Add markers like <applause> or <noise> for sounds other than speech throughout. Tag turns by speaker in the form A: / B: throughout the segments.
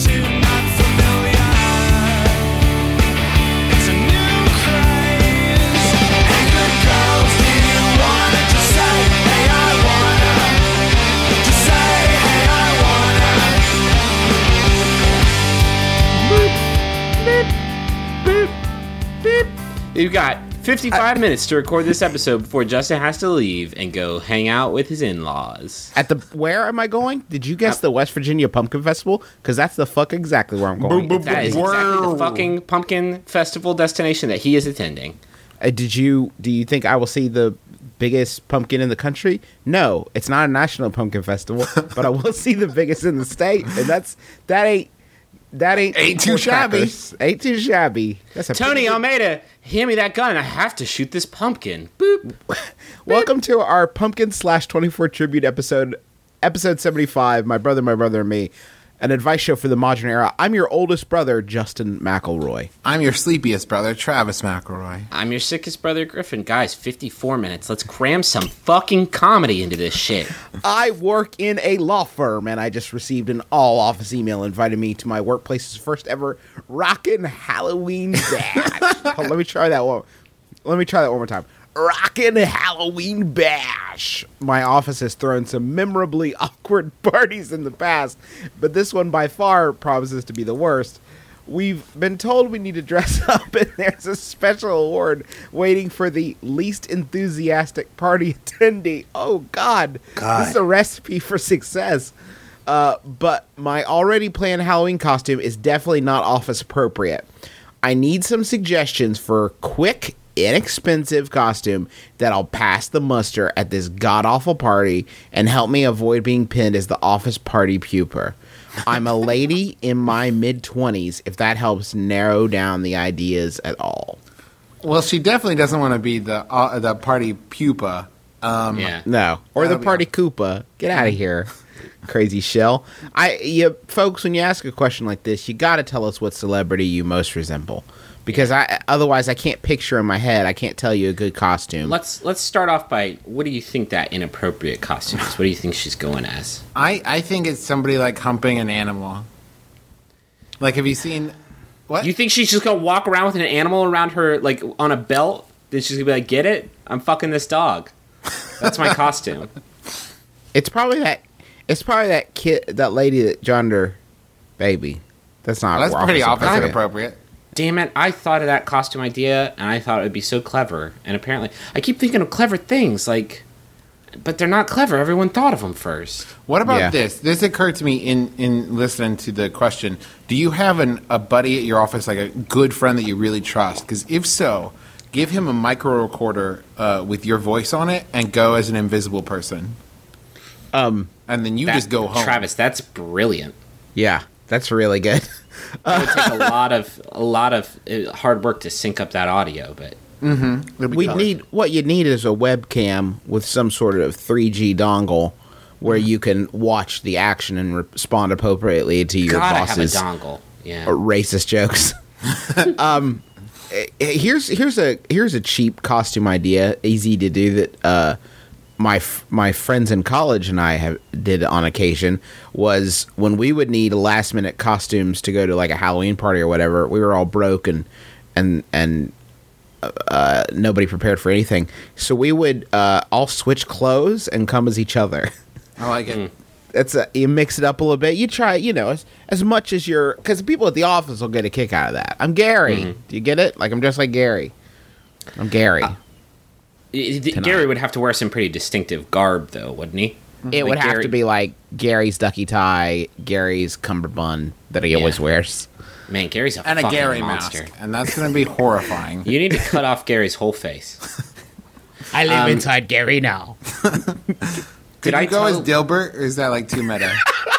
A: too not familiar. It's a new craze. Hey, good girls, do you wanna just say, hey, I wanna? Just say, hey, I wanna.
B: You've got 55 minutes to record this episode before Justin has to leave and go hang out with his in-laws.
C: At the where am I going? Did you guess the West Virginia Pumpkin Festival? Because that's the fuck exactly where I'm going.
B: That is exactly the fucking pumpkin festival destination that he is attending.
C: Uh, did you do you think I will see the biggest pumpkin in the country? No, it's not a national pumpkin festival, but I will see the biggest in the state, and that's that ain't that ain't
D: Ain't too
C: shabby.
D: crackers.
C: Ain't too shabby. That's a
B: Tony Almeida, hand me that gun and I have to shoot this pumpkin. Boop.
C: Welcome to our pumpkin slash twenty four tribute episode, episode seventy five. My brother, my brother, and me, an advice show for the modern era. I'm your oldest brother, Justin McElroy.
D: I'm your sleepiest brother, Travis McElroy.
B: I'm your sickest brother, Griffin. Guys, 54 minutes. Let's cram some fucking comedy into this shit.
C: I work in a law firm, and I just received an all office email inviting me to my workplace's first ever rockin' Halloween bash. Hold, let me try that one. Let me try that one more time. Rockin' Halloween bash. My office has thrown some memorably <laughs> awkward parties in the past, but this one by far promises to be the worst. We've been told we need to dress <laughs> up, and there's a special award waiting for the least enthusiastic party <laughs> attendee. Oh, God. This is a recipe for success. Uh, but my already planned Halloween costume is definitely not office appropriate. I need some suggestions for a quick, inexpensive costume that'll pass the muster at this god awful party and help me avoid being pinned as the office party pooper. I'm a lady in my mid 20s, if that helps narrow down the ideas at all.
D: Well, she definitely doesn't want to be the uh, the party pupa. Um,
B: Yeah.
C: No, or the
D: be Mm.
C: party Koopa. Get out of here, crazy shell. I, you folks, when you ask a question like this, you got to tell us what celebrity you most resemble, because I otherwise I can't picture in my head. I can't tell you a good costume.
B: Let's let's start off by what do you think that inappropriate costume is? What do you think she's going as?
D: I, I think it's somebody like humping an animal. Like, have you seen? What?
B: You think she's just gonna walk around with an animal around her, like on a belt? Then she's gonna be like, "Get it? I'm fucking this dog." That's my
D: <laughs>
B: costume.
C: It's probably that. It's probably that kid, that lady, that Jonder baby. That's not.
D: That's pretty obvious and
C: appropriate.
D: appropriate.
B: Damn it! I thought of that costume idea, and I thought it would be so clever. And apparently, I keep thinking of clever things, like, but they're not clever. Everyone thought of them first.
D: What about
C: Yeah.
D: this? This occurred to me in in listening to the question. Do you have an, a buddy at your office, like a good friend that you really trust? Because if so, give him a micro recorder uh, with your voice on it and go as an invisible person.
C: Um,
D: And then you
B: That-
D: just go home.
B: Travis. That's brilliant.
C: Yeah, that's really good. <laughs>
B: It would take a
D: <laughs>
B: lot of a lot of uh, hard work to sync up that audio, but
D: It'll be
C: we
D: good.
C: need what you need is a webcam with some sort of 3G dongle where
B: Mm-hmm.
C: you can watch the action and re- respond appropriately to your
B: gotta have a
C: boss's
B: dongle. Yeah.
C: racist jokes. um, eh, eh, here's here's a here's a cheap costume idea, easy to do that. Uh, my f- my friends in college and I have did on occasion was when we would need last minute costumes to go to like a Halloween party or whatever. We were all broke and and and uh, nobody prepared for anything, so we would uh, all switch clothes and come as each other. <laughs>
D: I like it.
C: That's a, you mix it up a little bit. You try, you know, as, as much as you're, because people at the office will get a kick out of that. I'm Gary. Do you get it? Like I'm just like Gary. I'm Gary.
B: It- it- Gary would have to wear some pretty distinctive garb, though, wouldn't he?
C: it would
B: Like
C: have
B: Gary-
C: to be like Gary's ducky tie, Gary's cummerbund that he always wears.
B: Man, Gary's a
D: And a
B: fucking
D: Gary
B: monster.
D: mask. And that's going to
B: <laughs>
D: be horrifying.
B: You need to cut off Gary's whole face.
D: <laughs>
C: I live inside Gary now.
D: Did
B: I
D: you go
B: tell- <laughs>
D: as Dilbert, or is that like too meta?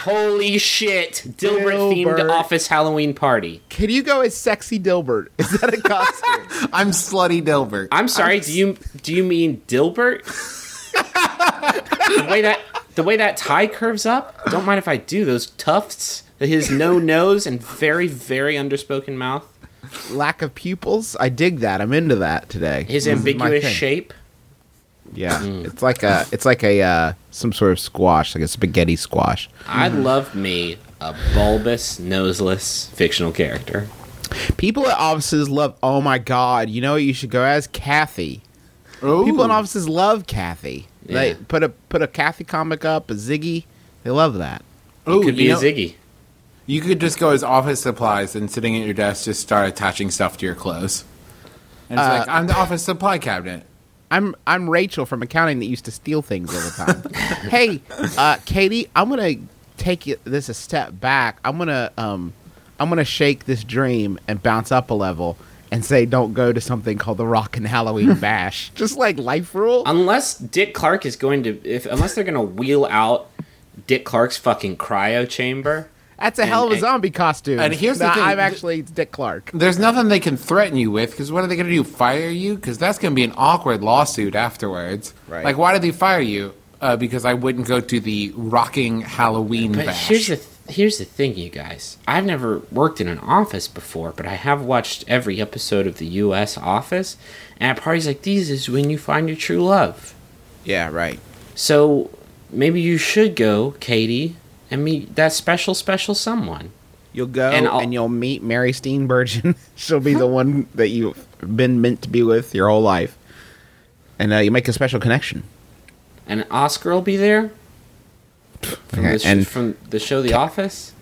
B: Holy shit! Dilbert themed
C: Dilbert.
B: office Halloween party.
C: Can you go as sexy Dilbert? Is that a
D: <laughs>
C: costume?
D: I'm slutty Dilbert.
B: I'm sorry. do you do you mean Dilbert? the way that the way that tie curves up. Don't mind if I do. Those tufts, his no nose, and very very underspoken mouth.
C: Lack of pupils. I dig that. I'm into that today.
B: His
C: This is my
B: ambiguous
C: thing.
B: shape.
C: Yeah, it's like a it's like a uh, some sort of squash, like a spaghetti squash.
D: Mm-hmm.
B: I love me a bulbous, noseless fictional character.
C: People at offices love. Oh my god! You know what you should go as Kathy.
D: Ooh.
C: People in offices love Kathy. They
B: Yeah.
C: put a put a Kathy comic up, a Ziggy. They love that.
D: Ooh,
B: Could be
D: you
B: a
D: know-
B: Ziggy.
D: You could just go as office supplies and sitting at your desk, just start attaching stuff to your clothes. And
B: Uh,
D: it's like, I'm the office supply cabinet.
C: I'm I'm Rachel from accounting that used to steal things all the time. hey, uh, Katie, I'm gonna take it- this a step back. I'm gonna um, I'm gonna shake this dream and bounce up a level and say, don't go to something called the Rock and Halloween Bash. Just like life rule.
B: Unless Dick Clark is going to, if unless they're going to wheel out Dick Clark's fucking cryo chamber.
C: That's a hell of a
B: and-
C: zombie costume.
D: and here's the
C: Nah,
D: thing.
C: I'm actually it's Dick Clark.
D: There's nothing they can threaten you with because what are they going to do? Fire you? Because that's going to be an awkward lawsuit afterwards.
C: Right.
D: Like, why did they fire you? Uh, because I wouldn't go to the rocking Halloween
B: But
D: bash.
B: here's the th- here's the thing, you guys. I've never worked in an office before, but I have watched every episode of the U.S. Office, and at parties like these is when you find your true love.
C: Yeah, right.
B: So maybe you should go, Katie, and meet that special, special someone.
C: You'll go
B: And
C: and,
B: I'll-
C: you'll meet Mary Steenburgen. <laughs> She'll be
B: <laughs>
C: the one that you've been meant to be with your whole life, and uh, you make a special connection.
B: And Oscar will be there from,
C: Okay,
B: the, sh-
C: and-
B: from the show The Office.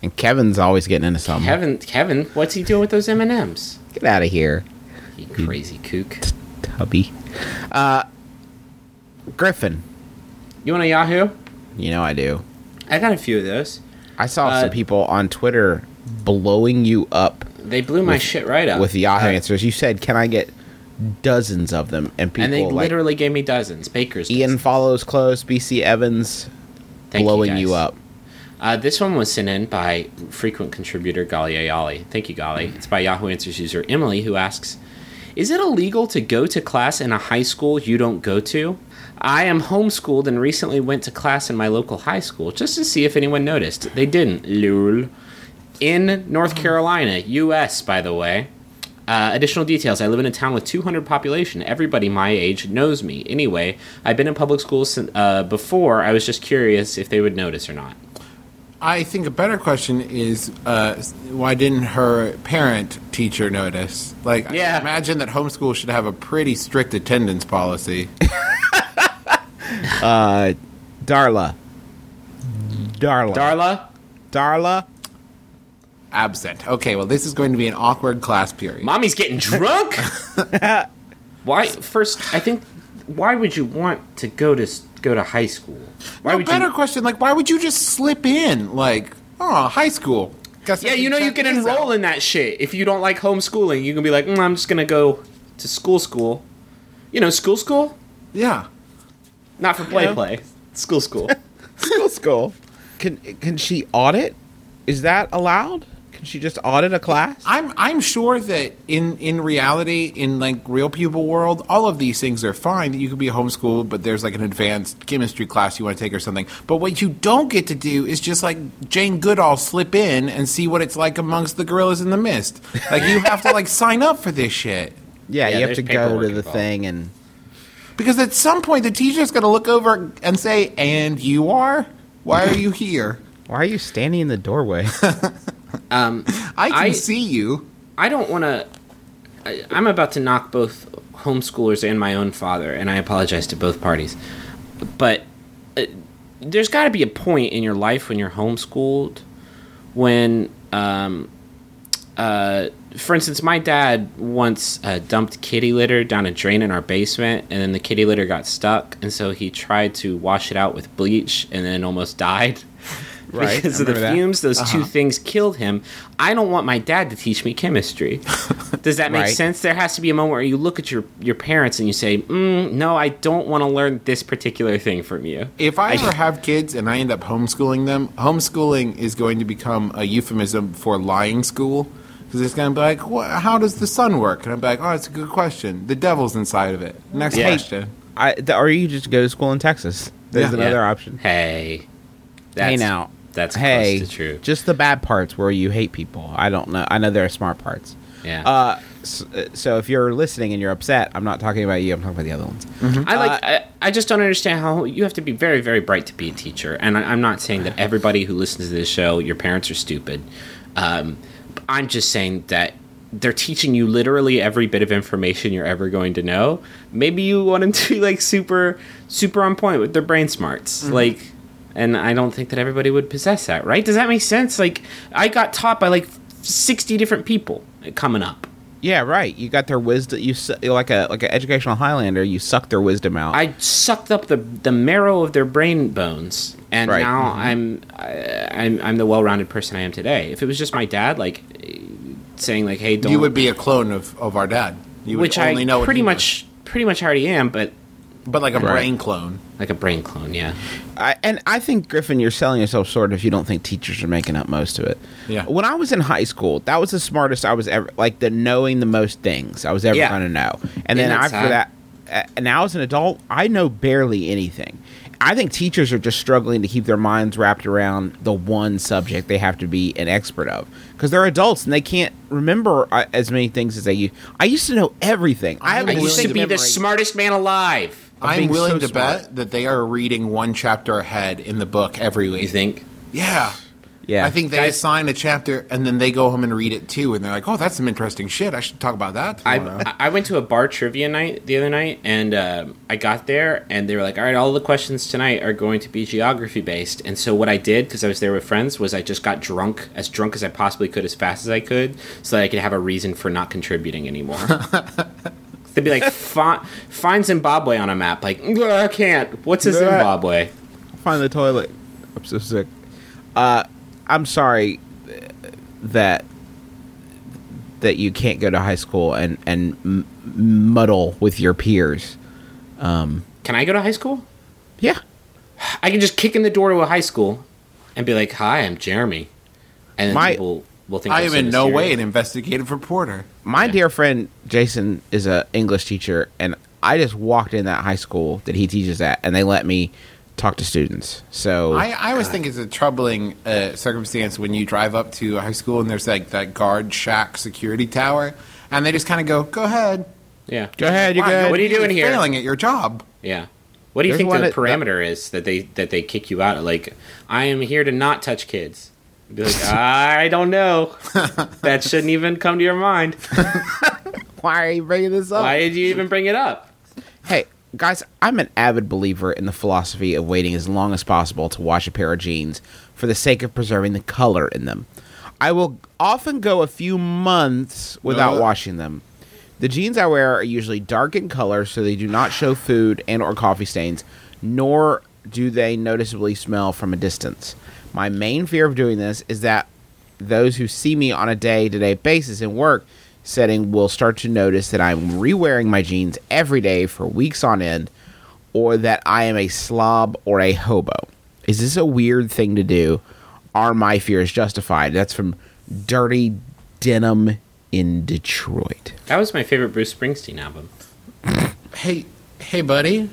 C: And Kevin's always getting into something.
B: Kevin, Kevin, what's he doing with those M and M's?
C: Get out of here,
B: You crazy kook.
C: tubby. Uh, Griffin.
B: You want a Yahoo?
C: You know I do.
B: I got a few of those.
C: I saw
B: Uh,
C: some people on Twitter blowing you up
B: They blew my shit right up.
C: with Yahoo answers. You said, "Can I get dozens of them?" And people
B: and they
C: like
B: literally gave me dozens. Baker's.
C: Ian
B: dozen.
C: follows close. BC Evans
B: Thank
C: blowing you,
B: guys.
C: up.
B: Uh, this one was sent in by frequent contributor Gali Ayali. Thank you, Gali. It's by Yahoo Answers user Emily, who asks Is it illegal to go to class in a high school you don't go to? I am homeschooled and recently went to class in my local high school just to see if anyone noticed. They didn't. Lul. In North Carolina, U.S., by the way. Uh, additional details. I live in a town with 200 population. Everybody my age knows me. Anyway, I've been in public schools sin uh, before. I was just curious if they would notice or not.
D: I think a better question is uh, why didn't her parent teacher notice? Like,
B: Yeah.
D: I imagine that homeschool should have a pretty strict attendance policy. <laughs>
C: Uh, Darla. Darla.
B: Darla,
C: Darla.
D: Absent. Okay, well, this is going to be an awkward class period.
B: mommy's getting drunk.
D: <laughs>
B: why? First, I think. Why would you want to go to s- go to high school? Why
D: no
B: would
D: better
B: you?
D: question. Like, why would you just slip in? Like, oh, high school. Guess I
B: Yeah, you know you
D: check
B: can
D: this
B: enroll
D: out.
B: in that shit. If you don't like homeschooling, you can be like, mm, I'm just gonna go to school, school. You know, school, school,
D: Yeah.
B: not for play, play. School,
D: <laughs>
B: school.
C: School, school. Can can she audit? Is that allowed? Can she just audit a class?
D: I'm I'm sure that in in reality, in like real people world, all of these things are fine. That you could be homeschooled, but there's like an advanced chemistry class you want to take or something. But what you don't get to do is just like Jane Goodall slip in and see what it's like amongst the gorillas in the mist. Like you have to like <laughs> sign up for this shit.
C: yeah, you have
B: there's
C: to go
B: paperwork
C: to the
B: involved.
C: thing and
D: Because at some point the teacher's gonna look over and say, And you are? Why are you here?
C: why are you standing in the <laughs> doorway?
D: I can
B: I-
D: see you.
B: I don't want to. I'm about to knock both homeschoolers and my own father, and I apologize to both parties. But uh, there's got to be a point in your life when you're homeschooled when, um, uh, for instance, my dad once uh, dumped kitty litter down a drain in our basement, and then the kitty litter got stuck, and so he tried to wash it out with bleach and then almost died.
D: <laughs> Right,
B: because
D: I
B: of the
D: remember that. Uh-huh.
B: fumes. Those two things killed him. I don't want my dad to teach me
D: <laughs>
B: chemistry. Does that make
C: Right.
B: sense? There has to be a moment where you look at your, your parents and you say, mm, No, I don't want to learn this particular thing from you.
D: If I ever have kids and I end up homeschooling them, homeschooling is going to become a euphemism for lying school. Because it's going to be like, "Wha- how does the sun work? And I'm like, oh, it's a good question. The devil's inside of it. Next
B: Yeah.
D: question.
C: I, th- or you just go to school in Texas. There's
D: Yeah.
C: another
B: Yeah.
C: option.
B: Hey. That's,
C: hey now,
B: That's
C: hey,
B: close to true.
C: just the bad parts where you hate people. I don't know. I know there are smart parts.
B: Yeah.
C: Uh, so, so if you're listening and you're upset, I'm not talking about you. I'm talking about the other ones.
B: I like. I, Mm-hmm. Uh, I just don't understand how you have to be very, very bright to be a teacher. And I, I'm not saying that everybody who listens to this show, your parents are stupid. Um, I'm just saying that they're teaching you literally every bit of information you're ever going to know. Maybe you want them <laughs> to be like super, super on point with their brain smarts, like. And I don't think that everybody would possess that, right? Does that make sense? Like, I got taught by like 60 different people coming up.
C: Yeah, right. You got their wisdom. You su- you're like a like an educational Highlander. You suck their wisdom out.
B: I sucked up the the marrow of their brain bones, and
C: Right.
B: now
D: Mm-hmm.
B: I'm I, I'm I'm the well-rounded person I am today. If it was just my dad, like eh, saying like, "Hey, don't,"
D: You would be a clone of, of our dad. You would
B: which I
D: only know what
B: pretty
D: he was.
B: much pretty much already am, but
D: But like a brain clone.
B: like a brain clone, yeah.
C: I, and I think Griffin, you're selling yourself short if you don't think teachers are making up most of it.
D: Yeah.
C: When I was in high school, that was the smartest I was ever like the knowing the most things I was ever
B: Yeah.
C: going to know. And
B: Isn't
C: then
B: that
C: after
B: sad?
C: that, uh, now as an adult, I know barely anything. I think teachers are just struggling to keep their minds wrapped around the one subject they have to be an expert of because they're adults and they can't remember uh, as many things as they used. I used to know everything. I, have
B: I
C: a
D: I'm
B: used
D: willing
B: to
D: to
B: be the
D: memorize-
B: smartest man alive.
D: I'm
C: being
D: willing
C: so
D: to
C: smart.
D: bet that they are reading one chapter ahead in the book every week.
B: You think?
D: Yeah.
C: Yeah.
D: I think they assign a chapter and then they go home and read it too. And they're like, oh, that's some interesting shit. I should talk about that.
B: I,
D: tomorrow."
B: I- I went to a bar trivia night the other night, and um, I got there, and they were like, "All right, all the questions tonight are going to be geography based." And so what I did, because I was there with friends, was I just got drunk, as drunk as I possibly could, as fast as I could, so that I could have a reason for not contributing anymore.
D: <laughs>
B: They'd be like, "Fi- "Find Zimbabwe on a map." Like, "Mm, I can't. What's a Zimbabwe?
C: find the toilet. I'm so sick. Uh, I'm sorry that that you can't go to high school and and m- muddle with your peers.
B: Can I go to high school?
C: Yeah,
B: I can just kick in the door to a high school, and be like, "Hi, I'm Jeremy," and then
C: My-
B: people will think
D: I
B: I'm
D: am
B: so
D: in no way
B: mysterious.
D: an investigative reporter.
C: my dear friend Jason is a English teacher, and I just walked in that high school that he teaches at, and they let me talk to students. So
D: I, I always think it's a troubling uh, circumstance when you drive up to a high school and there's like that guard shack security tower, and they just kind of go, "Go ahead,
B: Yeah.
C: go ahead, you're
D: Wow,
C: good.
B: What are you doing
D: you're
B: here?"
D: Failing at your job.
B: Yeah. What do you
C: There's
B: think
C: one
B: the
C: that-
B: parameter is that they that they kick you out? Like, I am here to not touch kids. Be
C: <laughs>
B: like, I don't know. That shouldn't even come to your
C: <laughs>
B: mind.
C: Why are you bringing this up?
B: Why did you even bring it up?
C: Hey, guys, I'm an avid believer in the philosophy of waiting as long as possible to wash a pair of jeans for the sake of preserving the color in them. I will often go a few months without
D: No.
C: washing them. The jeans I wear are usually dark in color so they do not show food and or coffee stains, nor do they noticeably smell from a distance. My main fear of doing this is that those who see me on a day-to-day basis in work setting will start to notice that I'm rewearing my jeans every day for weeks on end or that I am a slob or a hobo. Is this a weird thing to do? Are my fears justified? That's from Dirty Denim in Detroit.
B: That was my favorite Bruce Springsteen album.
D: Hey, hey, buddy,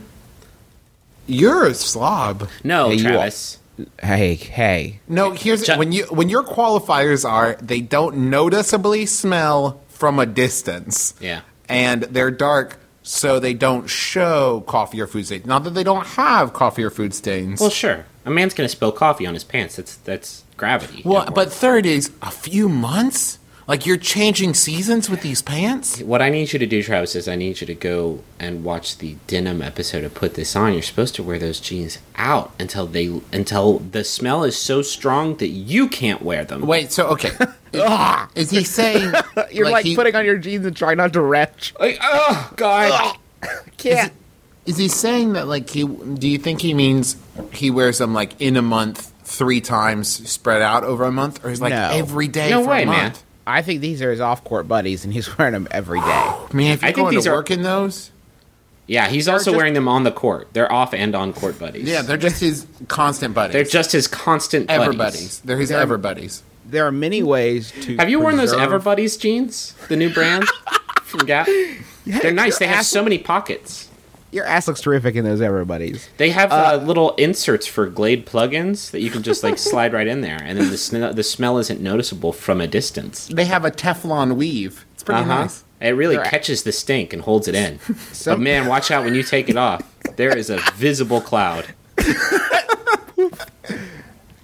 D: you're a slob.
B: No,
C: Hey, you
B: Travis.
C: Hey, hey.
D: No, here's
B: Ju-
D: when you when your qualifiers are they don't noticeably smell from a distance.
B: Yeah.
D: and they're dark. So they don't show coffee or food stains. Not that they don't have coffee or food stains.
B: Well, sure. A man's gonna spill coffee on his pants. That's that's gravity.
D: Well, but third is a few months. Like you're changing seasons with these pants.
B: what I need you to do, Travis, is I need you to go and watch the denim episode of Put This On. You're supposed to wear those jeans out until they until the smell is so strong that you can't wear them.
D: Wait, so okay, is, <laughs> is he saying
C: You're like,
D: he-
C: putting on your jeans and trying not to retch.
B: Like, oh god.
C: Can't.
D: Is he saying that like he? Do you think he means he wears them like in a month, three times spread out over a month, or he's like
C: No.
D: every day
B: No
D: for
B: way,
D: a
B: man.
D: month.
C: I think these are his off-court buddies, and he's <laughs> wearing them every day.
D: I mean, if
B: I
D: you're
B: think
D: going
B: these
D: to
B: are-
D: work in those,
B: Yeah, he's also
D: just-
B: wearing them on the court. They're off and on court buddies.
D: yeah, they're just his constant buddies.
B: they're just his constant buddies.
D: ever buddies. They're his ever buddies.
C: There are many ways to.
B: Have you worn those
C: preserve-
B: Ever Buddies jeans? The new
D: <laughs>
B: brand from Gap. They're nice. They have so many pockets.
C: Your ass looks terrific in those ever buddies.
B: They have uh, little inserts for Glade plugins that you can just
D: <laughs>
B: like slide right in there, and then the sn- the smell isn't noticeable from a distance.
D: They have a Teflon weave. It's pretty
B: Uh-huh.
D: nice.
B: It really
C: They're-
B: catches the stink and holds it
D: <laughs>
B: in. but man, watch out when you take it off. There is a visible cloud.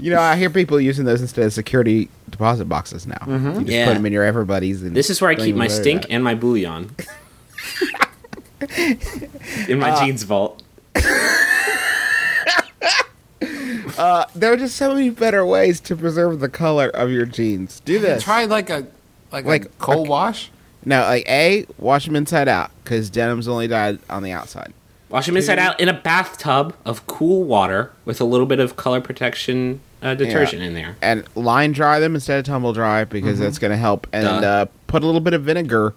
C: You know, I hear people using those instead of security deposit boxes now. You just
B: Yeah.
C: put them in your ever buddies. And
B: This is where I
C: don't
B: keep
C: even
B: my
C: worry
B: stink
C: about it.
B: and my
C: <laughs>
B: bouillon. in
C: Uh,
B: my jeans vault.
C: There are just so many better ways to preserve the color of your jeans. Do this.
D: Try like a like, like a
C: Like,
D: cold wash.
C: No, like a wash them inside out because denim's only dyed on the outside.
B: Wash them inside out in a bathtub of cool water with a little bit of color protection uh, detergent in there.
C: and line dry them instead of tumble dry because
D: Mm-hmm.
C: that's going to help. And
B: Duh.
C: uh, put a little bit of vinegar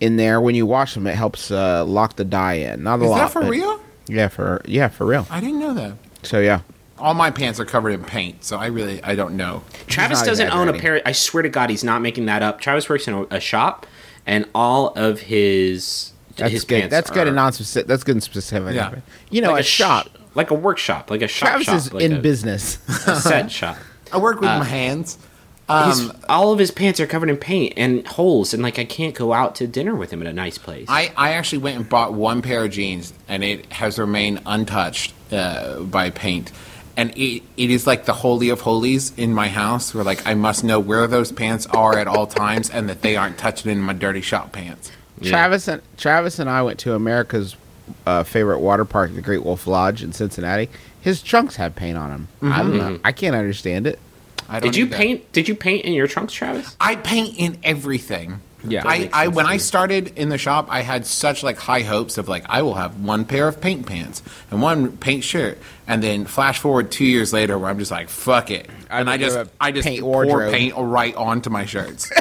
C: in there when you wash them. It helps uh, lock the dye in. Not a
D: Is
C: lot.
D: that for
C: but-
D: real?
C: Yeah, for yeah, for real.
D: I didn't know that.
C: So yeah,
D: All my pants are covered in paint, so I really I don't know.
B: Travis
C: not
B: doesn't own a
C: exaggerating.
B: pair. I swear to God, he's not making that up. Travis works in a, a shop, and all of his
C: that's
B: his
C: good.
B: pants
C: That's good
B: are
C: and non-specific. That's good and specific.
D: Yeah.
C: You know,
B: like
C: a, shop.
B: like a workshop, like a shop.
C: Travis
B: shop,
C: is
B: like
C: in
B: a,
C: business. <laughs>
B: a <laughs> set shop.
D: I work
B: Uh,
D: with my hands.
B: His-
C: Um,
B: all of his pants are covered in paint and holes, and like I can't go out to dinner with him at a nice place.
D: I, I actually went and bought one pair of jeans, and it has remained untouched uh, by paint. And it, it is like the holy of holies in my house, where like I must know where those pants are at all times, and that they aren't touching in my dirty shop pants.
C: Travis and Travis and I went to America's uh, favorite water park, the Great Wolf Lodge in Cincinnati. His trunks have paint on them. I
B: Mm-hmm.
C: don't know. I can't understand it.
D: I don't
B: did you
D: need that.
B: paint? Did you paint in your trunks, Travis?
D: I paint in everything.
B: Yeah. That
D: I,
B: makes
D: I
B: sense
D: when
B: to
D: I
B: me.
D: started in the shop, I had such like high hopes of like I will have one pair of paint pants and one paint shirt, and then flash forward two years later where I'm just like fuck it, and I
C: need
D: just
C: a
D: I just
C: paint
D: pour
C: wardrobe.
D: paint right onto my shirts.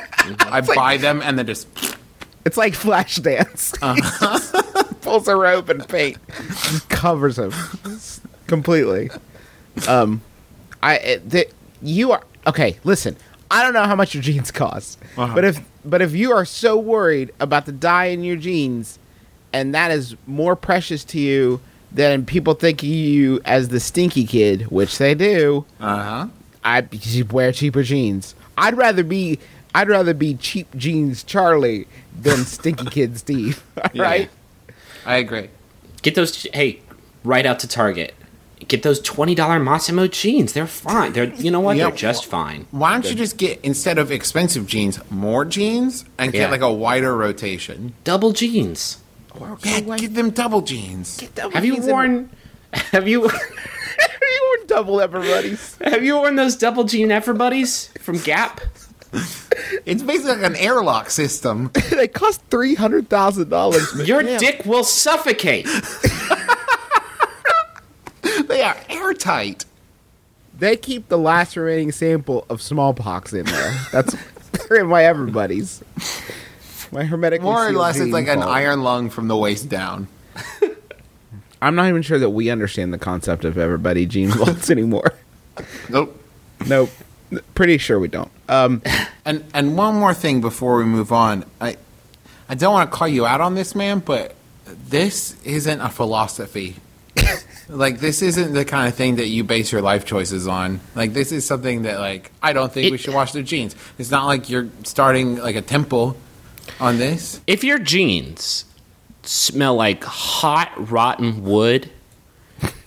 D: I buy them and then just
C: It's like Flashdance. <laughs> Pulls a rope and paint just Uh-huh. covers him completely. Um, I it, the, you are okay. Listen, I don't know how much your jeans cost, but if but if you are so worried about the dye in your jeans, and that is more precious to you than people think you as the stinky kid, which they do.
D: uh huh.
C: I because you wear cheaper jeans. I'd rather be I'd rather be cheap jeans Charlie than <laughs> stinky kid Steve. <laughs> Right?
D: I agree.
B: Get those. Hey, right out to Target. Get those twenty dollar Massimo jeans. They're fine. They're you know what?
D: Yeah.
B: They're just fine.
D: Why don't you just get instead of expensive jeans, more jeans and
B: Yeah.
D: get like a wider rotation?
B: Double jeans.
D: Yeah, get them double jeans.
B: Have you
D: <laughs>
B: worn? <laughs> Have you?
C: you were double everybody's.
B: Have you worn those double jean ever buddies from Gap?
D: It's basically like an airlock system.
C: <laughs> they cost three hundred thousand dollars.
B: Your dick will suffocate.
D: they are airtight.
C: They keep the last remaining sample of smallpox in there. That's <laughs> they're in my everybody's. My hermetic.
D: More or less, it's like an iron lung from the waist down.
C: I'm not even sure that we understand the concept of everybody gene <laughs> vaults anymore.
D: Nope.
C: nope. Pretty sure we don't. Um,
D: And and one more thing before we move on, I I don't want to call you out on this, man, but this isn't a philosophy. <laughs> like this isn't the kind of thing that you base your life choices on. Like this is something that like I don't think we
B: It-
D: should wash their jeans. It's not like you're starting like a temple on this.
B: If your jeans smell like hot rotten wood,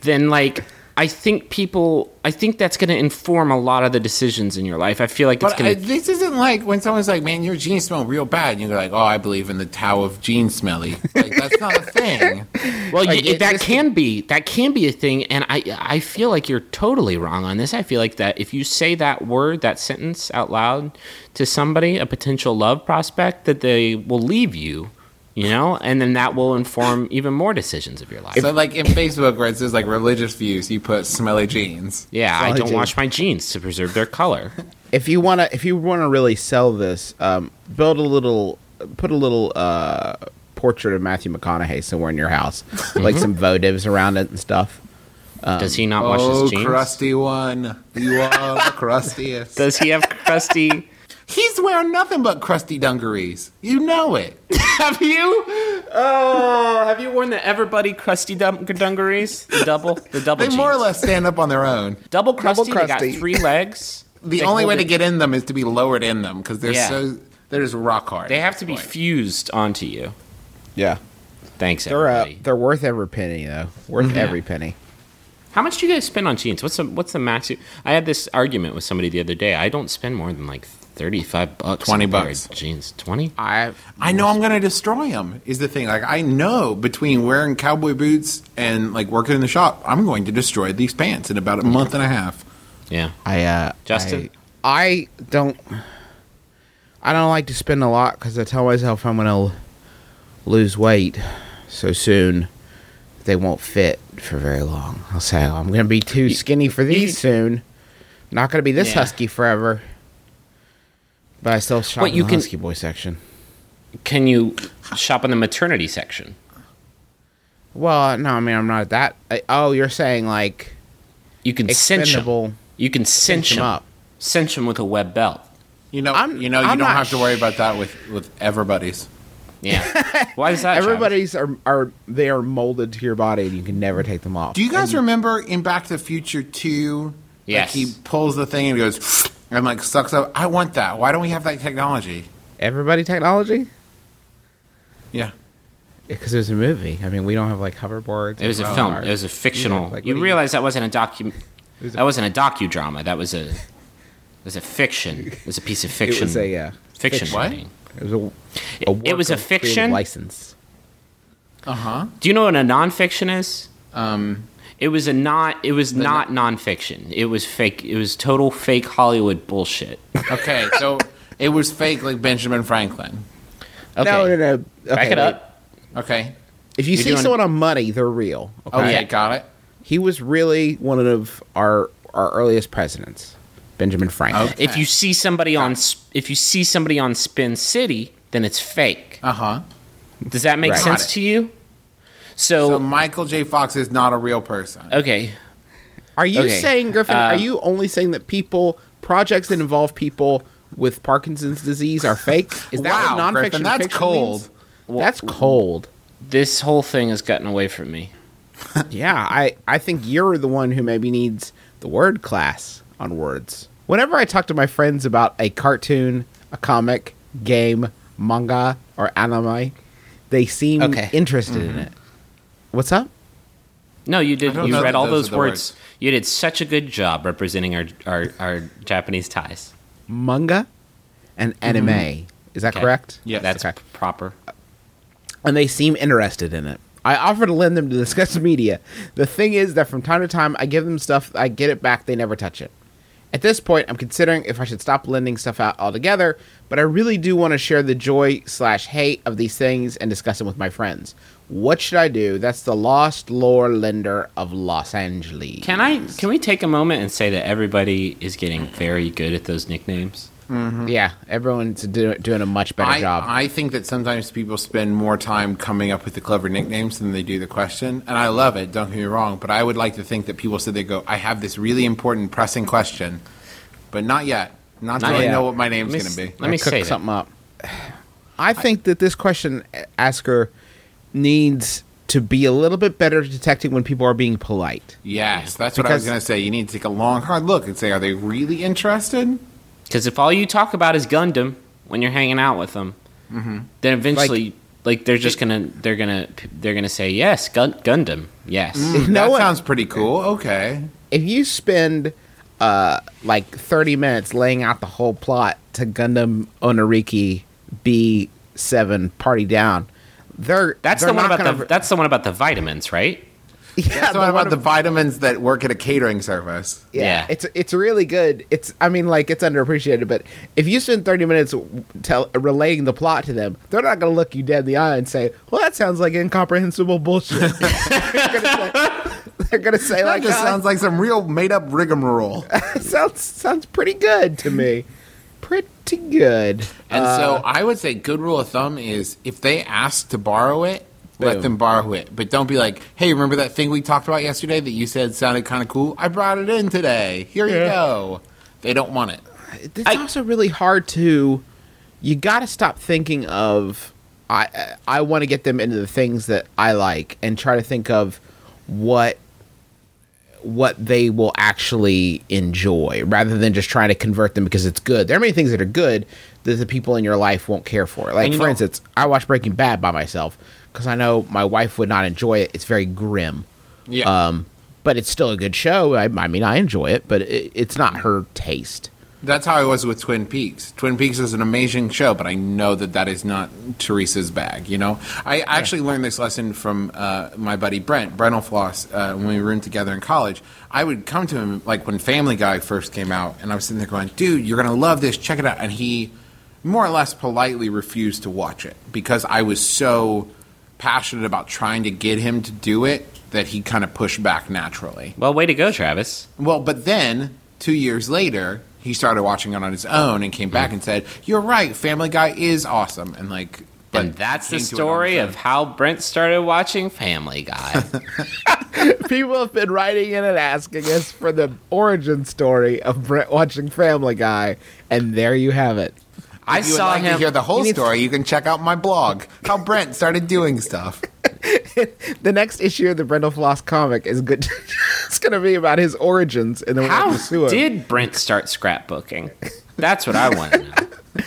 B: then like I think people I think that's going to inform a lot of the decisions in your life. I feel like it's
D: But uh,
B: going to
D: this isn't like when someone's like, "Man, your jeans smell real bad," and you're like, "Oh, I believe in the Tao of Jean Smelly." Like that's not a thing.
B: Well,
C: like,
B: you,
C: it-
B: that
C: this-
B: can be that can be a thing and I I feel like you're totally wrong on this. I feel like that if you say that word, that sentence out loud to somebody, a potential love prospect that they will leave you You know, and then that will inform even more decisions of your life.
D: So like in Facebook where it says like religious views, you put smelly jeans.
B: yeah, I
C: Smelly
B: don't
C: jeans.
B: wash my jeans to preserve their color.
C: if you wanna if you wanna really sell this, um, build a little put a little uh, portrait of Matthew McConaughey somewhere in your house, like some votives around it and stuff.
B: Does he not wash
D: Oh,
B: his jeans?
D: crusty one. You are
B: <laughs>
D: the crustiest.
B: Does he have crusty?
D: He's wearing nothing but crusty dungarees. You know it.
B: <laughs> have you? Oh, have you worn the everybody crusty dun- dungarees? The double, the double.
D: They more or
B: jeans.
D: less stand up on
B: <laughs>
D: their own.
B: double crusty. They
C: crusty.
B: got three legs.
D: The
B: They
D: only
B: hold
D: way
B: it-
D: to get in them is to be lowered in them because they're
B: Yeah.
D: so they're just rock hard.
B: They
D: at
B: have
D: this
B: to be
D: point.
B: fused onto you.
C: Yeah,
B: Thanks,
C: they're uh,
B: everybody.
C: they're worth every penny though, worth every penny.
B: How much do you guys spend on jeans? What's the what's the max? you- I had this argument with somebody the other day. I don't spend more than like thirty five bucks.
D: 20
B: on a pair
D: bucks.
B: of jeans. Twenty.
C: I
D: I know I'm gonna destroy them. Is the thing like I know between wearing cowboy boots and like working in the shop, I'm going to destroy these pants in about a month and a half.
B: Yeah.
C: I uh
B: Justin?
C: I, I don't I don't like to spend a lot cuz I tell myself I'm going to lose weight so soon they won't fit for very long. I'll say "Oh, I'm going to be too skinny for these soon. Not going to be this
B: Yeah.
C: husky forever. But I still shop
B: Wait,
C: in
B: you
C: the
B: can-
C: husky boy section.
B: Can you shop in the maternity section?
C: Well, no, I mean I'm not that. I, oh, you're saying like
B: You can cinch 'em.
C: expendable
B: You can cinch
C: cinch 'em
B: them
C: up.
B: Cinch them with a web belt.
D: You know,
C: I'm-
D: you know, you
C: I'm
D: don't
C: not
D: have to worry
C: sh-
D: about that with with everybody's.
B: Yeah. Why is that? Travis?
C: everybody's are are they are molded to your body and you can never take them off.
D: Do you guys remember in Back to the Future Two?
B: Yes.
D: Like he pulls the thing and goes and like sucks up. I want that. Why don't we have that technology?
C: Everybody technology?
D: Yeah.
C: Because it was a movie. I mean, we don't have like hoverboards.
B: It was a
C: and
B: film.
C: cars.
B: It was a fictional.
C: Yeah, like,
B: you
C: what do you-
B: realize that wasn't a docu.
C: was a-
B: That wasn't a docudrama. That was a. It was a fiction. It was a piece of
C: <laughs> It
B: fiction.
C: was a uh,
B: fiction.
D: What?
B: writing.
C: It was a.
B: It- it
C: a work
B: was a
C: of creative
B: fiction?
C: license.
D: Uh huh.
B: Do you know what a nonfiction is?
D: Um.
B: It was a not. It was not nonfiction. It was fake. It was total fake Hollywood bullshit.
D: Okay. So <laughs> it was fake, like Benjamin Franklin.
B: Okay.
C: No, no, no. Okay,
B: Back it
C: wait.
B: up.
D: Okay.
C: If you
B: You're
C: see
B: doing-
C: someone on money, they're real. Okay?
D: Okay.
B: yeah.
D: Got it.
C: He was really one of our our earliest presidents, Benjamin Franklin.
D: Okay.
B: If you see somebody on, Sp- if you see somebody on Spin City, then it's fake.
D: Uh huh.
B: Does that make
C: Right.
B: sense
D: Got it.
B: to you?
D: So
B: So,
D: Michael J. Fox is not a real person.
B: okay.
C: Are you
B: Okay.
C: saying Griffin?
B: Uh,
C: are you only saying that people projects that involve people with Parkinson's disease are fake? Is that
D: wow,
C: what nonfiction?
D: Griffin, that's
C: fiction
D: cold.
C: means? That's cold.
B: This whole thing has gotten away from me.
C: Yeah, I, I think you're the one who maybe needs the word class on words. Whenever I talk to my friends about a cartoon, a comic, game, manga, or anime, they seem
B: Okay. Mm-hmm.
C: interested in it. What's up?
B: No, you did.
D: I don't
B: You
D: know
B: read
D: that
B: all
D: those
B: those
D: are the
B: words.
D: words.
B: You did such a good job representing our our, our Japanese ties.
C: Manga and anime. Is that
B: Mm-hmm. Okay.
C: correct?
D: Yes.
B: that's
C: Okay.
B: proper.
C: and they seem interested in it. I offer to lend them to discuss media. The thing is that from time to time, I give them stuff, I get it back, they never touch it. At this point, I'm considering if I should stop lending stuff out altogether, but I really do want to share the joy slash hate of these things and discuss them with my friends. What should I do? That's the lost lore lender of Los Angeles.
B: Can I? Can we take a moment and say that everybody is getting very good at those nicknames?
C: Yeah, everyone's do, doing a much better
D: I,
C: job.
D: I think that sometimes people spend more time coming up with the clever nicknames than they do the question. And I love it, don't get me wrong, but I would like to think that people said they go, I have this really important pressing question, but not yet. Not,
B: Not
D: till
B: yet.
D: I know what my name's
B: Let me
D: going to
B: s-
D: be.
B: let me
C: cook
B: say that.
C: something up. I think that this question asker needs to be a little bit better at detecting when people are being polite.
D: Yes, that's what I was
C: Because-
D: going to say. You need to take a long, hard look and say, are they really interested?
B: Because if all you talk about is Gundam when you're hanging out with them,
D: Mm-hmm.
B: then eventually, like, they're just gonna they're gonna they're gonna say yes, Gun- Gundam, yes.
C: No
D: that
C: one-
D: sounds pretty cool. Okay.
C: If you spend uh, like 30 minutes laying out the whole plot to Gundam Onariki B7 Party Down, they're
B: That's
C: they're
B: the one
C: not
B: about the
C: gonna-
B: that's the one about the vitamins, right?
C: <laughs> Yeah,
D: That's
C: the
D: what
C: one
D: about the
C: ab-
D: vitamins that work at a catering service.
C: yeah,
B: Yeah.
C: It's it's really good. It's I mean like it's underappreciated, but if you spend thirty minutes tell relating the plot to them, they're not gonna look you dead in the eye and say, "Well, that sounds like incomprehensible bullshit." <laughs> they're, gonna say, they're gonna say
D: That
C: like,
D: just
C: "Oh,
D: sounds like some real made up rigmarole.
C: that sounds sounds pretty good to me, pretty good."
D: And
C: Uh,
D: so I would say good rule of thumb is if they ask to borrow it,
C: Boom.
D: let them borrow it. But don't be like, hey, remember that thing we talked about yesterday that you said sounded kind of cool? I brought it in today. Here you go. They don't want it.
C: it's also really hard to you got to stop thinking of i i, I want to get them into the things that i like and try to think of what what they will actually enjoy rather than just trying to convert them because it's good there are many things that are good that the people in your life won't care for like
D: And you
C: for
D: know-
C: instance i watch breaking bad by myself because i know my wife would not enjoy it it's very grim
D: Yeah.
C: um but it's still a good show i, I mean i enjoy it but it, it's not her taste
D: That's how I was with Twin Peaks. Twin Peaks is an amazing show, but I know that that is not Teresa's bag. You know, I actually learned this lesson from uh, my buddy Brent Brent Floss uh, when we roomed together in college. I would come to him like when Family Guy first came out, and I was sitting there going, "Dude, you're gonna love this. Check it out." And he more or less politely refused to watch it because I was so passionate about trying to get him to do it that he kind of pushed back naturally.
B: Well, way to go, Travis.
D: Well, but then two years later, he started watching it on his own and came
B: Mm.
D: back and said, "You're right, Family Guy is awesome." And like, but
B: and that's the
D: came to it on
B: story
D: his
B: of
D: own.
B: how Brent started watching Family Guy.
C: People have been writing in and asking us for the origin story of Brent watching Family Guy, and there you have it.
B: I
D: If you would
B: saw
D: like to
B: him.
D: hear the whole
C: You need-
D: story. You can check out my blog, how Brent started
B: <laughs>
D: doing stuff.
C: The next issue of the Brendel Floss comic is good. <laughs> it's going to be about his origins and then
B: How
C: we pursue him.
B: did Brent start scrapbooking? That's what I want to know. Do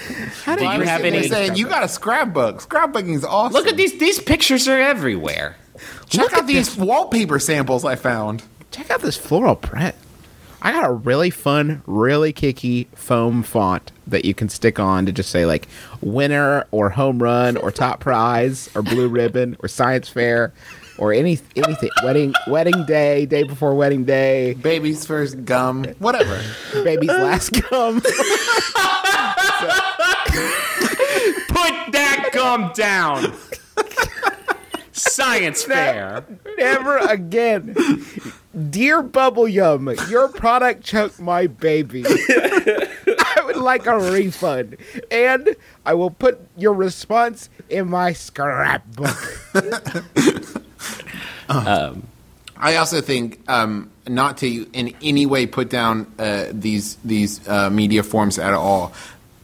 B: you have
D: They
B: any?
D: said you got a scrapbook. Scrapbooking is awesome.
B: Look at these. These pictures are everywhere.
D: Check out these wallpaper samples I found.
C: Check out this floral print. I got a really fun, really kicky foam font that you can stick on to just say like winner or home run or top prize or <laughs> blue ribbon or science fair or any anything wedding wedding day day before wedding day
D: Baby's first gum, whatever.
B: <laughs>
C: baby's last come.
B: Put that gum down. Science fair.
C: Never again. Dear Bubble Yum, your product choked
B: <laughs>
C: my baby. I would like a refund. And I will put your response in my scrapbook.
D: I also think um, not to in any way put down uh, these these uh, media forms at all,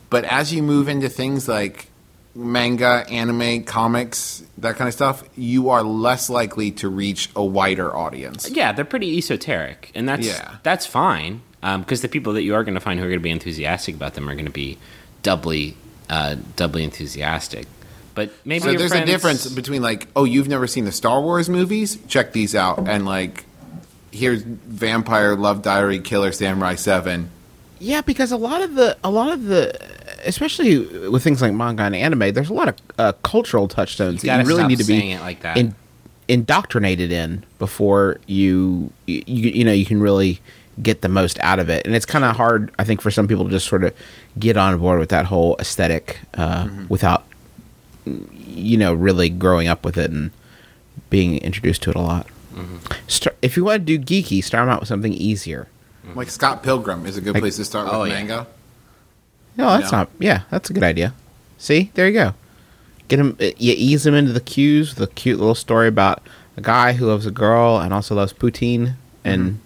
D: but as you move into things like manga, anime, comics, that kind of stuff, you are less likely to reach a wider audience.
B: Yeah, they're pretty esoteric, and that's
D: Yeah.
B: that's fine. Because the people that you are going to find who are going to be enthusiastic about them are going to be doubly uh, doubly enthusiastic. But maybe
D: So
B: your
D: there's
B: friends-
D: a difference between like, oh, you've never seen the Star Wars movies? Check these out, and like, here's Vampire Love Diary, Killer Samurai Seven.
C: Yeah, because a lot of the a lot of the especially with things like manga and anime, there's a lot of uh, cultural touchstones
B: You
C: that
B: gotta
C: you really
B: stop
C: need to be
B: saying it like that.
C: in- indoctrinated in before you, you you know you can really get the most out of it. And it's kind of hard, I think, for some people to just sort of get on board with that whole aesthetic uh, without you know really growing up with it and being introduced to it a lot. Star- if you want to do geeky, start 'em out with something easier.
D: Like Scott Pilgrim is a good place to start with
B: Mm-hmm. oh, yeah.
D: manga.
C: No, that's
D: know?
C: not. Yeah, that's a good idea. See, there you go. Get him. You ease him into the cues. The cute little story about a guy who loves a girl and also loves poutine, and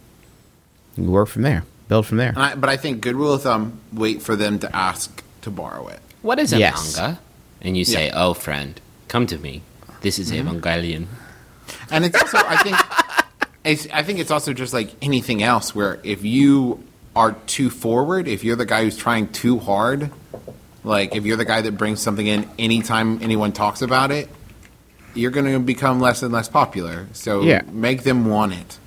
C: you work from there. Build from there.
D: And I, but I think good rule of thumb: wait for them to ask to borrow it.
B: What is a
C: Yes.
B: manga? And you say, "Oh, friend, come to me. This is
C: Mm-hmm.
B: Evangelion."
D: And it's also, I
C: <laughs>
D: think, it's, I think it's also just like anything else, where if you are too forward, if you're the guy who's trying too hard, like if you're the guy that brings something in anytime anyone talks about it, you're going to become less and less popular. So
C: Yeah.
D: make them want it.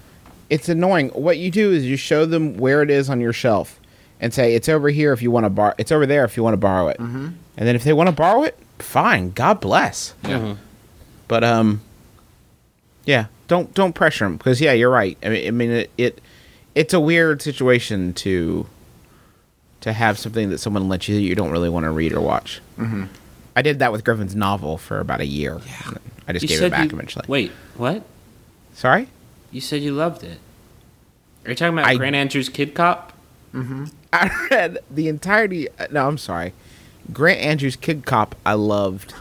C: It's annoying. What you do is you show them where it is on your shelf, and say it's over here if you want to borrow. It's over there if you want to borrow it. And then if they want to
B: Mm-hmm.
C: borrow it, fine. God bless.
D: Yeah.
C: But um, yeah, don't don't pressure him because yeah, you're right. I mean, I mean it, it it's a weird situation to to have something that someone lets you you don't really want to read or watch. Mm-hmm. I did that with Griffin's novel for about a year. Yeah. I just
B: You
C: gave
B: said
C: it back
B: you-
C: eventually.
B: Wait, what?
C: Sorry,
B: You said you loved it. Are you talking about
C: I-
B: Grant Andrews Kid Cop?
C: <laughs> I read the entirety. uh, No, I'm sorry. Grant Andrews Kid Cop. I loved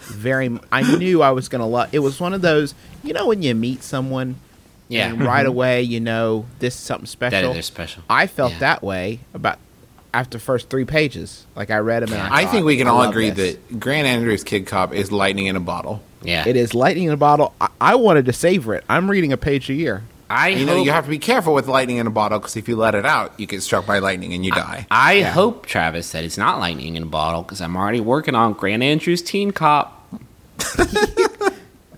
C: very. m- I knew I was gonna love. It was one of those. You know when you meet someone
B: Yeah. Mm-hmm.
C: and right away you know this is something
B: That
C: special.
B: is special.
C: I felt
B: Yeah.
C: that way about after first three pages. Like I read them. And I,
D: I think we can
C: thought, I
D: all
C: love
D: agree
C: this.
D: that Grant Andrews Kid Cop is lightning in a bottle.
B: Yeah.
C: it is lightning in a bottle. I, I wanted to savor it. I'm reading a page a year.
B: I hope,
D: You know, you have to be careful with lightning in a bottle because if you let it out, you get struck by lightning and you die.
B: I hope, Travis, that it's not lightning in a bottle because I'm already working on Grant Andrews Teen
C: <laughs>
B: Cop.